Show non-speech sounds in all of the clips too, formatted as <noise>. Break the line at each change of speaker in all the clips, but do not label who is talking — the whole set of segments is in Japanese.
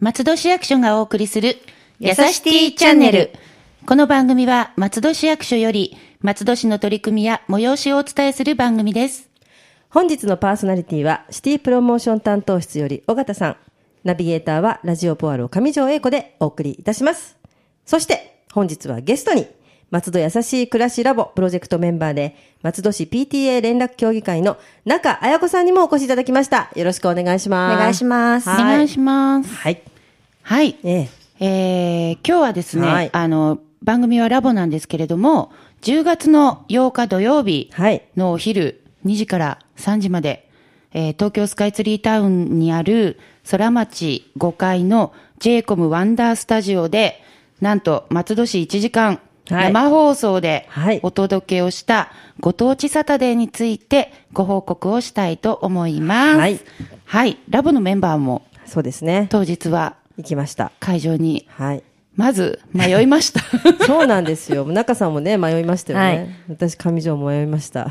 松戸市役所がお送りする、
やさしティーチャンネル。
この番組は、松戸市役所より、松戸市の取り組みや催しをお伝えする番組です。
本日のパーソナリティは、シティプロモーション担当室より尾形さん。ナビゲーターは、ラジオポアロ上条英子でお送りいたします。そして、本日はゲストに、松戸やさしい暮らしラボプロジェクトメンバーで、松戸市 PTA 連絡協議会の中彩子さんにもお越しいただきました。よろしくお願いします。
お願いします
お
はい
願いします。
はい。
はい。
ええ。
えー今日はですね、
はい
あの、番組はラボなんですけれども、10月の8日土曜日
はい
のお昼2時から3時まで、えー東京スカイツリータウンにある空町5階の j コムワンダースタジオで、なんと松戸市1時間
はい
生放送で
はい
お届けをしたご当地サタデーについてご報告をしたいと思います。
はい
はい。ラボのメンバーも
そうですね。
当日は
行きました。
会場に
はい。
まず、迷いま
<laughs>
した。
そうなんですよ。中さんもね、迷いましたよね。
はい
私、上条も迷いました。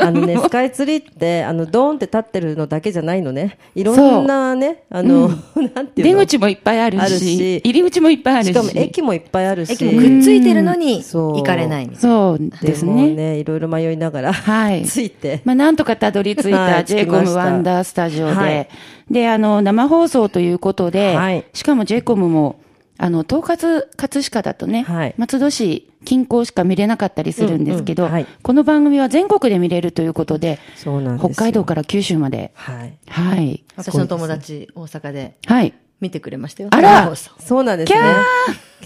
あの
<laughs>
ね、スカイツリーって、あの、ドーンって立ってるのだけじゃないのね。いろんなね、あの、なんてい
出
うの。
口もいっぱいあるし、
あるし
入り口もいっぱいあるし。
しかも駅もいっぱいあるし。
駅もくっついてるのに、
そう
行かれないみたい
そうです
も
ね。
ね、いろいろ迷いながら、
はい
ついて。
まあ、なんとかたどり着い
は
た
い
j
着き
コ
まし
ム
た
ワンダースタジオで、
はい
で、あの、生放送ということで、
はい
しかも j コムも、あの、統括葛飾だとね、
はい
松戸市近郊しか見れなかったりするんですけど、
うんうんはい
この番組は全国で見れるということで、
そうなんですよ
北海道から九州まで。
はい。
はい。
な。私の友達、大阪で
はい。
見てくれましたよ。
あら
生放送
そうなんです
キャ
ね。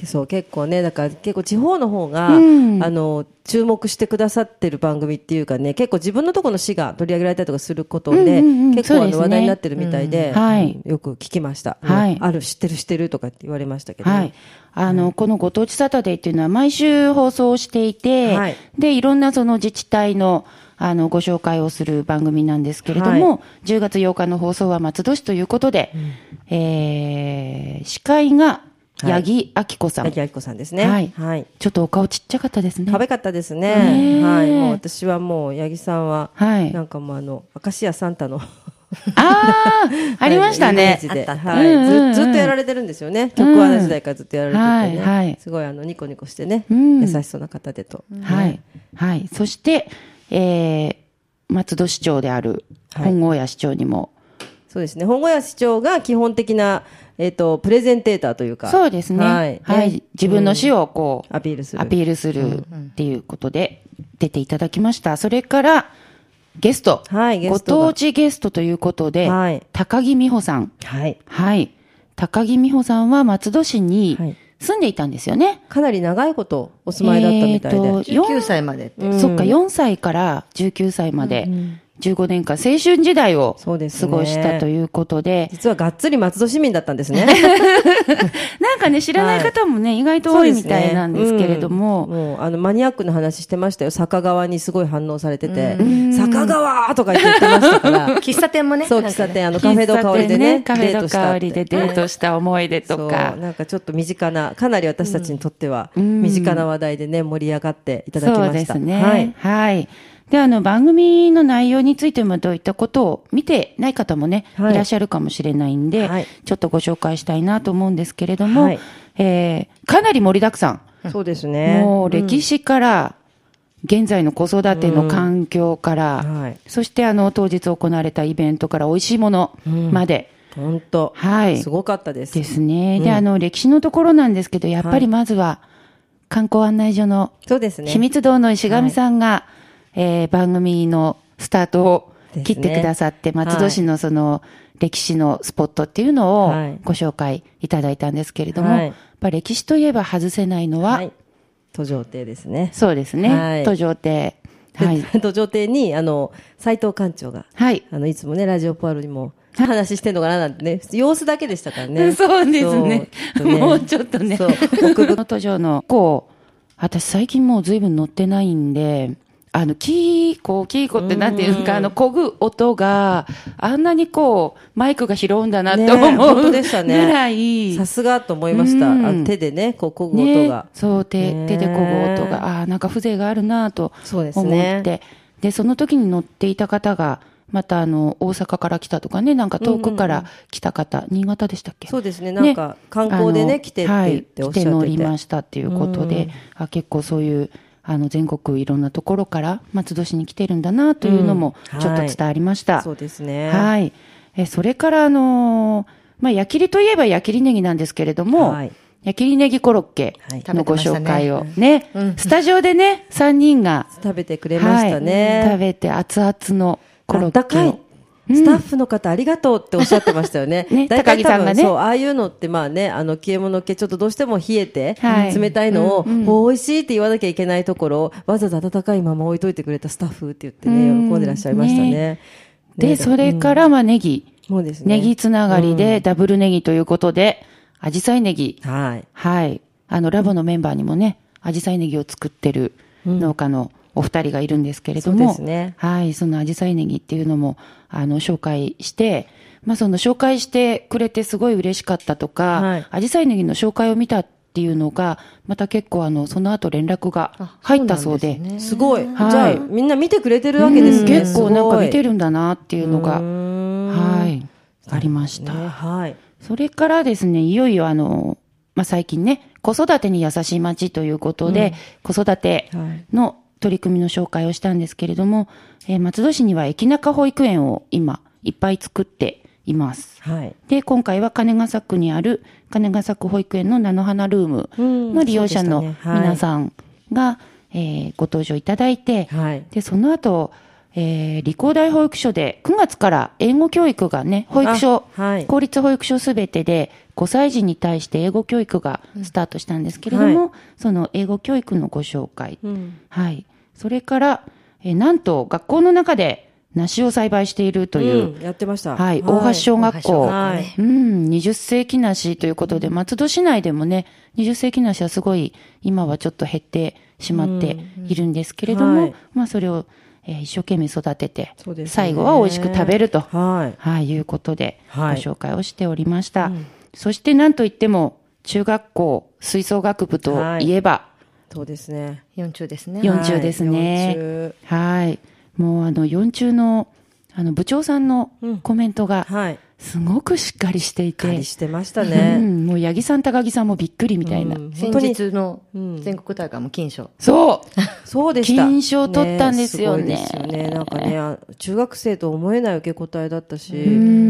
そう、結構ね、だから結構地方の方が、
うん
あの、注目してくださってる番組っていうかね、結構自分のところの市が取り上げられたりとかすることで、
うんうんうん
結構あ
そうで
の
すね
話題になってるみたいで、
うんはい
よく聞きました。
はい
ある、知ってる知ってるとかって言われましたけど、
はい。あの、このご当地サタデーっていうのは毎週放送をしていて、
はい
で、いろんなその自治体の、あの、ご紹介をする番組なんですけれども、
は
10月8日の放送は松戸市ということで、えー、司会が八木明子さん。
八木亜希子さんですね。
はい
はい。
ちょっとお顔ちっちゃかったですね。
可愛かったです
ね
ね。
え
はい。もう私はもう、八木さんは、
はい
なんかもうあの、明石家サンタの、
あ
<laughs>
あ、ありました
イメー
ね
ジ。
あ
で
ったあった
は
うんうんうん
い。ずずっとやられてるんですよね。曲は時代からずっとやられててね。
はいはい
すごいあの、ニコニコしてね。
うん
優しそうな方でと。
はい。はい。そして、えー、松戸市長である
はい
本郷屋市長にも、
そうですね。本郷屋市長が基本的な、えっ、と、プレゼンテーターというか。
そうですね。
は
はいい。。
ね
自分の死をこう、
アピールする
アピールするっていうことで出ていただきました。それから、ゲスト。
はいゲストが
ご当地ゲストということで、
はい
高木美穂さん。
はい。
はい。高木美穂さんは松戸市
は
に
い
住んでいたんですよね。
かなり長いことお住まいだったみたいで。
えーと四
19歳までって。
そっか、4歳から19歳まで、15年間、青春時代を過
そう
ご
ですね
したということで、
実はがっつり松戸市民だったんで
<laughs>
すね。
なんかね、知らない方もね、意外と多いみたいなんですけれども、
そうですねうんもう、あの、マニアックな話してましたよ。坂川にすごい反応されてて。坂川とか言ってまし
<laughs>
たから。
喫茶店もね。
そう、
なん
喫茶
かね
店、あの、カフェド香りでね。
カフェ
デー
ド
トした
香
って
りでデートした思い出とか
そう、。なんかちょっと身近な、かなり私たちにとっては、身近な話題でね、盛り上がっていただきました。
そうですね。
は
はいい。。で、あの、番組の内容についてもどういったことを見てない方もね、
はい
い、らっしゃるかもしれないんで、
はい
ちょっとご紹介したいなと思うんですけれども、
はい
えーかなり盛りだくさん。
そうですね。
もう歴史から、現在の子育ての環境から、
はい。
そしてあの、当日行われたイベントから美味しいものまで、
本当。
はい
す。ごかったです。
ですね。で、あの、歴史のところなんですけど、やっぱりまずは、観光案内所の
そうですね。
秘密堂の石上さんが、えー番組のスタートを切ってくださって、
ですね
松戸市のその歴史のスポットっていうのを
はい
ご紹介いただいたんですけれども、
はい
やっぱ歴史といえば外せないのは、
はい。途上亭ですね。
そうですね、
はい
途上亭。はい。
で <laughs> 途上亭に、あの、斎藤館長が、
はい。
あの、いつもね、ラジオポアロに
<laughs>
も、話してんのかななんてね、様子だけでしたから <laughs> ね。
そうですね
そうちょっと
<laughs> もうちょっとね。
そう。
奥部の途上の、こう、私最近もう随分乗ってないんで、あの、キーコ、キーコってなんていうんですか、あの、こぐ音が、あんなにこう、マイクが拾うんだなって
ねえ
思う
本当でしたね
ぐら <laughs> い、
さすがと思いました。あ
うん
の手でね、こう、こぐ音
ね
が。
そう、手、
ねえ
手でこぐ音が、ああ、なんか風情があるなぁと
そうです
思って
ね
で,、その時に乗っていた方が、またあの、大阪から来たとかね、なんか遠くか
うん
ら来た方、新潟でしたっけ
そうですね、なんか観光で
あ
ね、
の
来てって言っておっし
はい、
ゃってて。
来て乗りましたっていうことで、
うん
あ結構そういうあの全国いろんなところから松戸市に来てるんだなというのも
うん
ちょっと伝わりました。
そうですね。
はいえそれから、あのーまあ、焼きりといえば焼きりネギなんですけれども、
はい
焼きりネギコロッケのご紹介を
はい食べてまし
ね
うん
スタジオでね、3人が、
食べてくれましたね。
はい食べて熱々のコロ
あっ
ッケ
た
を。
かい。スタッフの方ありがとうっておっしゃってましたよね。
<laughs> ね
大
高
体
木さんがね
多分そう、ああいうのってまあね、あの、消え物系ちょっとどうしても冷えて、
はい
冷たいのを、もう美味しいって言わなきゃいけないところを、わざわざ温かいまま置いといてくれたスタッフって言ってね、
うん
喜んでらっしゃいました
ね
ね。ね
で、それから、まあ、ネギ。
もうですね。
ネギつながりで、ダブルネギということで、アジサイネギ。
はい。
はい。あの、ラボのメンバーにもね、アジサイネギを作ってる農家のお二人がいるんですけれども、
そうですね
はい、そのアジサイネギっていうのも、あの、紹介して、まあ、その紹介してくれてすごい嬉しかったと
は
か
い、
アジサイネギの紹介を見たっていうのが、また結構あの、その後連絡が入ったそうで、
すごい。
はい
じゃあ、みんな見てくれてるわけですね。
うん結構なんか見て
る
るんだなっていうのが、
は
はい、ありました。
ね、はい。
それからですね、いよいよあの、まあ、最近ね、子育てに優しい街ということで、子育ての取り組みの紹介をしたんですけれども、えー松戸市には駅中保育園を今、いっぱい作っています。
はい。
で、今回は金ヶ崎区にある金ヶ崎保育園の菜の花ルームの利用者の
うんそうでしたねはい
皆さんが、えーご登場いただいて、
はい。
で、その後、えー理工大保育所で9月から英語教育がね、保育所、
あはい
公立保育所すべてで5歳児に対して英語教育がスタートしたんですけれども、
は
その英語教育のご紹介。
うん
はい。それから、えーなんと学校の中で梨を栽培しているという、
うんやってました。
はい、大橋小学校。
はい
うん、20世紀梨ということで、松戸市内でもね、20世紀梨はすごい、今はちょっと減ってしまっているんですけれども、
はい
まあそれを、えー一生懸命育てて、
そうですね
最後は美味しく食べると、
はい。
はい、いうことで、ご
はい
紹介をしておりました。そしてなんといっても、中学校吹奏楽部といえば、
そうですね。
四中ですね。
四40ですねはい。もうあの、4中の、あの、部長さんのコメントが、
はい。
すごくしっかりしていて、
借りしてました
う
ね。
ん、もう八木さん、高木さんもびっくりみたいな。
うん
先
本当に
日の全国大会も金賞。
<laughs>
そう
そうでした。
金賞取ったんですよね
ねすごいですよね。なんかね、あ中学生と思えない受け答えだったし、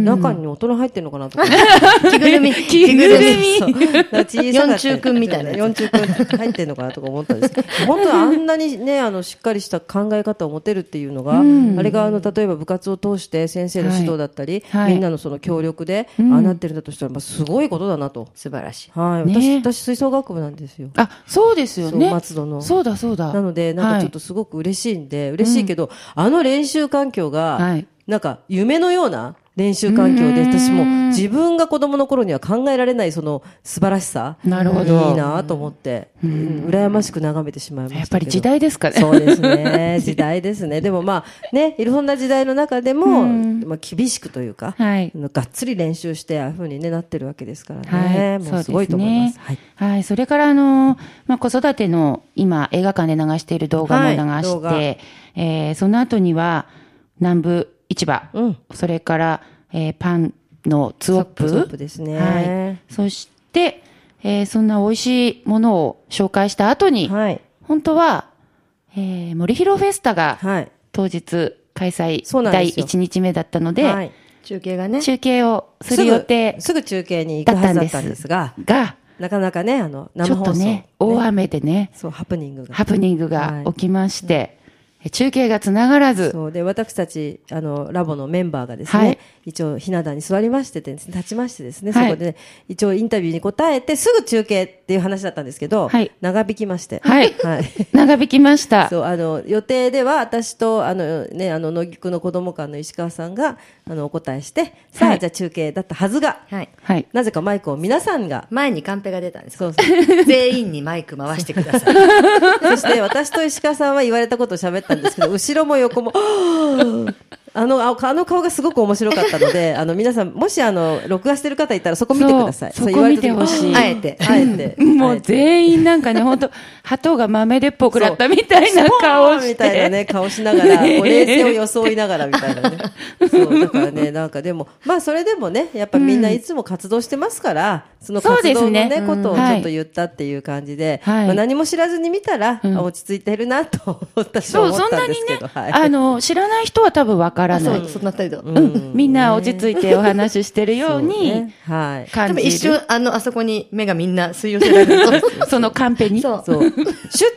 中に大人入ってんのかなとか。
着ぐるみ。着ぐるみ。
そうだから小さかった
四中くんみたいなやつ
四中くん入ってんのかなとか思ったんですけど、本当あんなにね、あの、しっかりした考え方を持てるっていうのが、あれが、あの、例えば部活を通して先生の指導だったり、
はいはい
みんなのその協力で、ああなってるんだとしたら、まあ、すごいことだなと。
素晴らしい。
はい。私、
ね
私、吹奏楽部なんですよ。
あ、そうですよ
そう
ね。
松戸の
そうだ、そうだ。
なので、なんかちょっとすごく嬉しいんで、嬉しいけど、あの練習環境が、
はい
なんか夢のような練習環境で、私も自分が子供の頃には考えられないその素晴らしさ。
なるほど
いいなと思って、うん羨ましく眺めてしまいましたけ
はい
ど。
やっぱり時代ですかね。
そうですね。時代ですね。でもまあ、ね、いろんな時代の中でも、まあ厳しくという
<laughs>
か、
はい
あのがっつり練習して、ああいうふうに、ね、なってるわけですからね。
はい、
もうすごいと思います。
そうですねはい、それからあのーまあ、子育ての今映画館で流している動画も流
はい動
して、
画
えーその後には南部市場、
うん
それから、えーパンのツオップ
ツオップですね
はい、そして、えーそんな美味しいものを紹介した後に、
はい。
本当は、えー、森広フェスタが
はい。
当日開催
そうなん
第
ですよ
1日目だったので、
はい
中継がね。
中継をする予定
すぐすぐ中継に行くはずだったんですが、
が、
なかなかね、あの、
ちょ
生
っ
放送
と。ね、大雨でね、
そう、ハプニングが。
ハプニングが起きまして、中継がつながらず、
そうで私たちあのラボのメンバーがですね、
はい
一応ひな壇に座りましてですね立ちましてですね、
はい
そこで、ね、一応インタビューに答えてすぐ中継っていう話だったんですけど、
はい
長引きまして、
はい
はい、
長引きました。
そうあの予定では私とあの、ね、あの乃木くんの子供館の石川さんがあのお答えしてさあ、
はい
じゃあ中継だったはずが、
はい。
はい。
なぜかマイクを皆さんが
前にカンペが出たんです。
そうそう
全員にマイク回してください。
<laughs>
<laughs>
そして私と石川さんは言われたことを喋ったんですけど、後ろも横も、はぁ <gasps> あの、ああの顔がすごく面白かった
<laughs>
ので、あの、皆さん、もし、あの、録画してる方いたら、そこ見てください。
そう
う言われた時
そこ見てほしい
あえて、あえて。
<laughs> も
あ
う
えて
全員なんかね、本当鳩が豆でっぽくらったみたいな
そ
顔
う
して。
みたいなね、顔しながら、
<laughs>
こう冷静を装いながらみたいなね。そう、だからね、なんかでも、まあそれでもね、やっぱみんないつも活動してますから、その活動の
そう
ね
ですね
ことを
うん
ち
は
ょ
い
っと言ったっていう感じで、
はい
まあ何も知らずに見たら、
うん
あ落ち着いてるなと、私
そう、
は思っ
そん
た
なん
で
に
すけ
ね
ど、、はい
あの、知らない人は多分わから
あ
な
そ
い。
うそんな態度、
う
うんん、みんな落ち着いてお話ししてるよう
そう
に
ねはい。
多
感
分
じ
一
る。
瞬あのあそこに目がみんな吸い寄せられる
そのカンペに。
そう
そう。シュ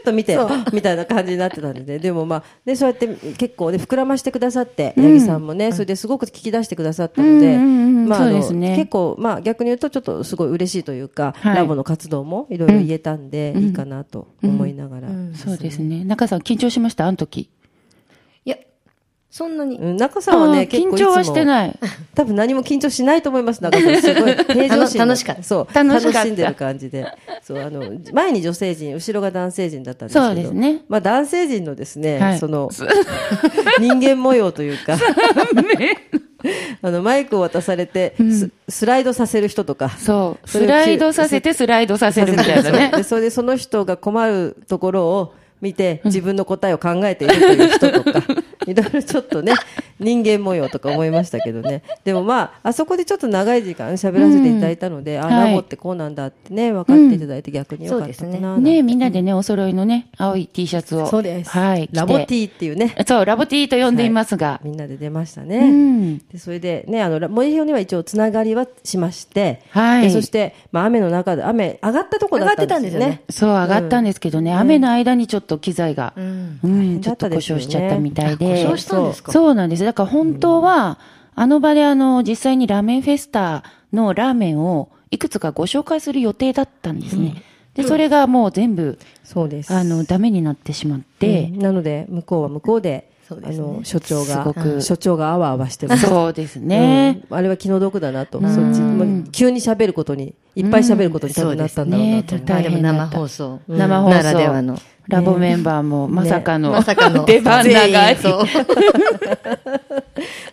ッと見て
そう、
みたいな感じになってたんでね。でもまあ、ね、そうやって結構ね、膨らましてくださって、八木さんもね、それですごく聞き出してくださったので、
うんうんうん
まあ、あ
そ
の
うですね
結構、まあ逆に言うとちょっとすごい嬉しいというか、
はい
ラボの活動もいろいろ言えたんで、いいかなと思いながら。うん
そうですね。中さん緊張しましたあの時。
いやそんなに
中さんは
あ
ね、
ー
結構
緊
いつも
張はしてない。
多分何も緊張しないと思います。中
<laughs>
さん、すごい平常心な。
楽しかった
そう。
楽しかった
しんでる感じで。そう、あの、前に女性陣、後ろが男性陣だったんですけど。
そうですね
まあ男性陣のですね、
はい <laughs>
その、人間模様というか、 <laughs> あの、マイクを渡されて、ススライドさせる人とか。
そう。
<laughs> それ
ス
を
ライドさせてスライドさせるみたいな
そうで
ね。
それでその人が困るところを見て、自分の答えを考えているという人
<laughs>
とか、いろいろちょっとね、人間模様とか思いましたけどね。でもまあ、あそこでちょっと長い時間喋らせていただいたので、あ、
はい
ラボってこうなんだってね、分かっていただいて逆によかったかな。
ねみんなでね、お揃いのね、青い T シャツを。
そうです。
はい。
ラボ T
ィ
っていうね、
そう、ラボ T と呼んでいますが。
みんなで出ました
う
ね。
ん。
でそれでね、あの、ラモリヒオには一応つながりはしまして、
はい
でそして、まあ雨の中で、雨上がったとこだったんですよ
上がってたんですよね
ね。
そう、上がったんですけどね、雨の間にちょっと機材が、
ん
うん、ちょっと故障しちゃったみたいで。
故障したんですか
そうなんです。だから本当は、あの場であの、実際にラーメンフェスタのラーメンをいくつかご紹介する予定だったんですね。で、それがもう全部、
そうです。
あの、ダメになってしまって
うん、なので向こうは向こうで
そう
あ
ですね
の所長
すご
が
く
所長があわあわしてます。
そうですね。
うんあれは気の毒だなと、そっちもう急に喋ることにいっぱい喋ることに多分なったんだろうなと思う、
うん
まあ
大
でも
変だった
生放送
生放送。
ならではの
ラボメンバーもまさかの、
<laughs> まさかの
<laughs> 出番長い。
全員 <laughs> そう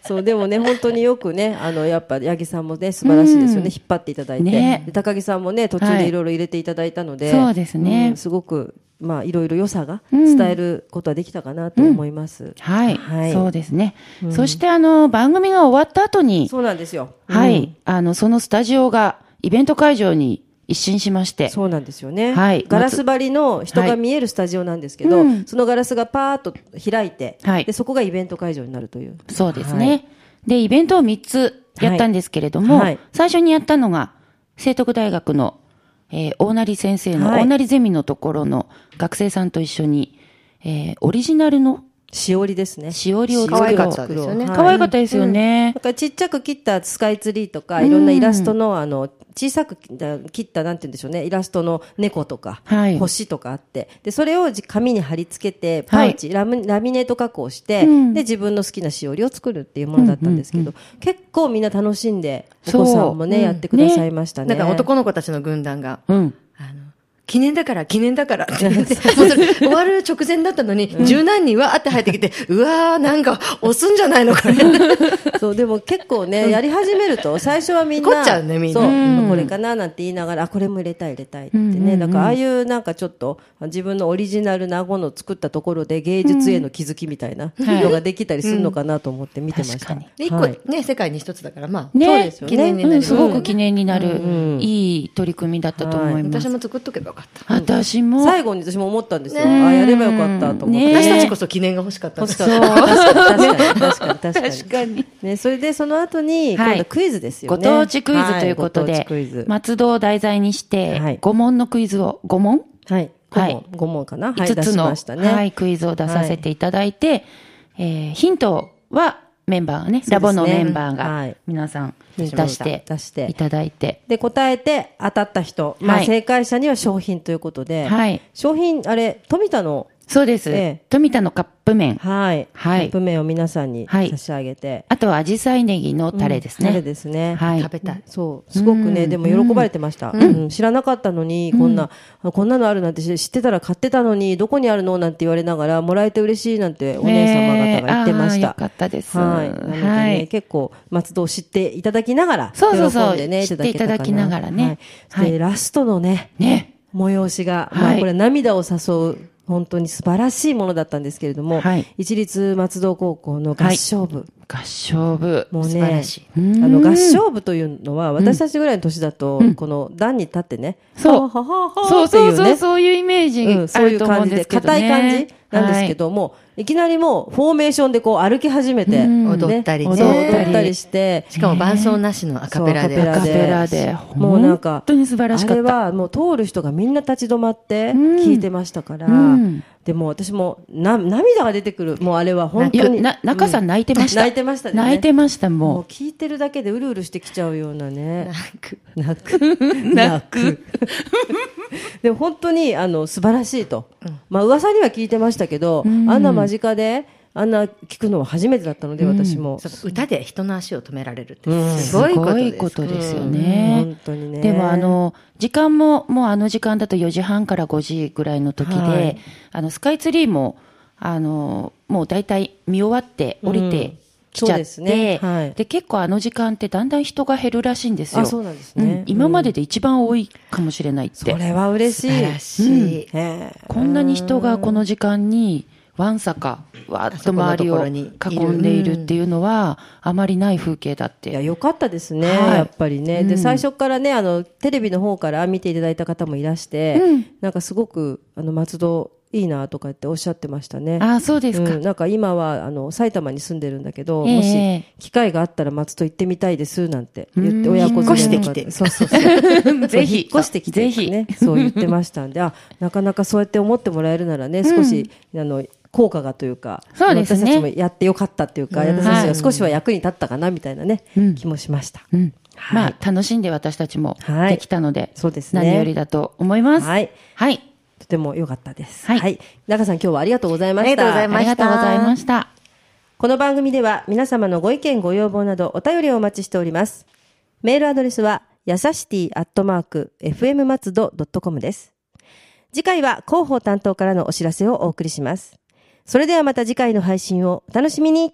そうでもね本当によくねあのやっぱ八木さんもね素晴らしいですよね、引っ張っていただいて、
ね
で高木さんもね途中
は
で
い
いろいろ入れていただいたので、
そうですね
んすごくまあいろいろ良さが伝えることはできたかなと思います。
はい、
はい
そうですね。そしてあの、番組が終わった後に、
そうなんですよ。
はい、あの、そのスタジオがイベント会場に一新しまして、
そうなんですよね。
はい
ガラス張りの人が見えるスタジオなんですけど、
はいうん
そのガラスがパーッと開いて、
はい
で、そこがイベント会場になるという。
そうです
は
ね。で、イベントを3つやったんですけれども、
はいはい
最初にやったのが、聖徳大学の、えー大成先生の、
はい
大成ゼミのところの学生さんと一緒に、えーオリジナルの
しおりですね。
しおりを
可
作
愛か
ろう
っ。たですよね
はい
可愛かったですよね
だ。からちっちゃく切ったスカイツリーとか、いろんなイラストの、あの、小さく切った、なんて言うんでしょうね、イラストの猫とか、
はい
星とかあって、で、それをじ紙に貼り付けて、パウチ、ラムラミネート加工して、
うん
で、自分の好きなしおりを作るっていうものだったんですけど、結構みんな楽しんで、お子さんもね、
そう
やってくださいましたね。
だから男の子たちの軍団が
うん。
あの記念だから、記念だからって言って、もう <laughs> それ終わる直前だったのに、十何人わーって入ってきて、うわー、なんか押すんじゃないのかね。
そう、でも結構ね、やり始めると、最初はみんな、
凝っちゃうねみんな
そう
うん
これかななんて言いながら、あ、これも入れたい入れたいって
うんうんう
ね。
ん
だから、ああいうなんかちょっと、自分のオリジナルなものを作ったところで、芸術への気づきみたいなのができたりするのかなと思って見てまし
確か
た。
に
<laughs> 一個、
はい
ね、世界に一つだから、まあ、
ね
そうですよね
記念になり
う
ま
ん、
す
すごく記念になる、いい取り組みだったと思います。
私も作っとけばよかった。
私も。
最後に私も思ったんですよ。あ、やればよかったと思って。
ね
私たちこそ記念が欲しかったん
欲
です
しかった。確かに、確かに、確かに。
確かに。
ね、それでその後に、
はい
今度クイズですよ
ご
ね。
当地クイズということ
はご当
で
地クイズ、
松戸を題材にして、
はい
5問のクイズを、5問
はい。5
はい
問、五問かな。はい、
?5
出
つ
し
の、
ましたね。
はい、クイズを出させていただいて、えーヒントはメンバーがね、ラボのメンバー
は
が
い、
皆さん
出
出
しま
し
した
て
出して
いただいて、
で、答えて当たった人、まあ、
はい
正解者には商品ということで、
はい
商品、あれ、富田の
そうです、
ええ
富田のカップ麺。
はい。
はい
カップ麺を皆さんに
はい
差し上げて。
あとは、紫陽花ネギのタレですね。
タレですね。
はい。
食べたい。
そう。すごくね、
うん
でも喜ばれてました。うん知らなかったのに、こんな、あこんなのあるなんて知知ってたら買ってたのに、どこにあるのなんて言われながら、もらえて嬉しいなんてお姉様方が言ってまし
えーあー
た
よ。かったです。
はい。なのでね、
はい。
結構、松戸を知っていただきながら、
そうそうそう
喜んでね、
知っていただきながらね
はい
は
で、
い
ラストのね、
ね。
催しが、まあ
はい
これ涙を誘う、本当に素晴らしいものだったんですけれども、
はい
一律松戸高校の合唱部、
合唱部。
もう
素晴
ね
らしい、
あの合唱部というのは、私たちぐらいの年だと、この段に立ってね、
そう
はははは
そ
は
う
ってい
そううそう、
ね、
そういうイメージ
うんそう
あ
い
る
う
と思う
感
ん
じ
で
です
けど、ね。
硬い感じなんですけども、いきなりもうフォーメーションでこう歩き始めて、
うん
ね
踊ったりね
そう踊ったりして、
しかも伴奏なしのアカペラで。
そうア
カペラで。
もうなんか、
本当に素晴らしか
あれ
った。
はもう通る人がみんな立ち止まって
ん
聞いてましたから、
うん
でも私もな涙が出てくる、もうあれは本
い
当
や、
に。
な、中さん泣いてました。
泣いてましたね
泣いてました、
もう
も
聞いてるだけでうるうるしてきちゃうようなね。
<laughs> 泣く。
泣く。
<laughs> でも本当にあの素晴らしいと、まあ噂には聞いてましたけど、あんな間近であんな聞くのは初めてだったので、私も、
そう歌で人の足を止められるって
うん
う。
すごいことです。
ですよね。
本当にね
でもあの、時間も、もうあの時間だと4時半から5時ぐらいの時で、
はい
あの、スカイツリーも、あの、もう大体見終わって降り
うん
てきち
そう
ゃって、
ですねはい
で、結構あの時間ってだんだん人が減るらしいんですよ。
あそうなんですね
ん今までで一番多いかもしれないっ
そ
て。
れは嬉しい
素晴らしい。
ええ
こんなに人がこの時間に、わんさか、わーっと周りを囲んでいるっていうのは、あまりない風景だっ
いや、
て。
良かったですね、
はい
やっぱりね。で、最初からね、あの、テレビの方から見ていただいた方もいらして、なんかすごく、あの、松戸いいなとかっておっしゃってましたね。
ああ、そうですか。
うん、なんか今はあの埼玉に住んでるんだけど、
ええ
もし機会があったら松戸行ってみたいですなんて言って親子連れ
引っ越して
と
き
か
て
そうそうそ
<laughs>
う
ぜひ
引っ越してきてとかねそう言ってましたんであなかなかそうやって思ってもらえるならね少し、あの効果がというか
そうですね
私たちもやってよかったというか、私たちが少しは役に立ったかなみたいなね、
うん
気もしました、
うん。
はい
まあ、楽しんで私たちも
はい
できたので、
そうですね
何よりだと思います。
はい
はい。
とても良かったです
はい
中さん今日はありがとうございました
ありがとうございま
あ
した
りがとうございました。
この番組では皆様のご意見ご要望などお便りをお待ちしております。メールアドレスは、やさしティアットマーク、fm 松戸 .com です。次回は広報担当からのお知らせをお送りします。それではまた次回の配信をお楽しみに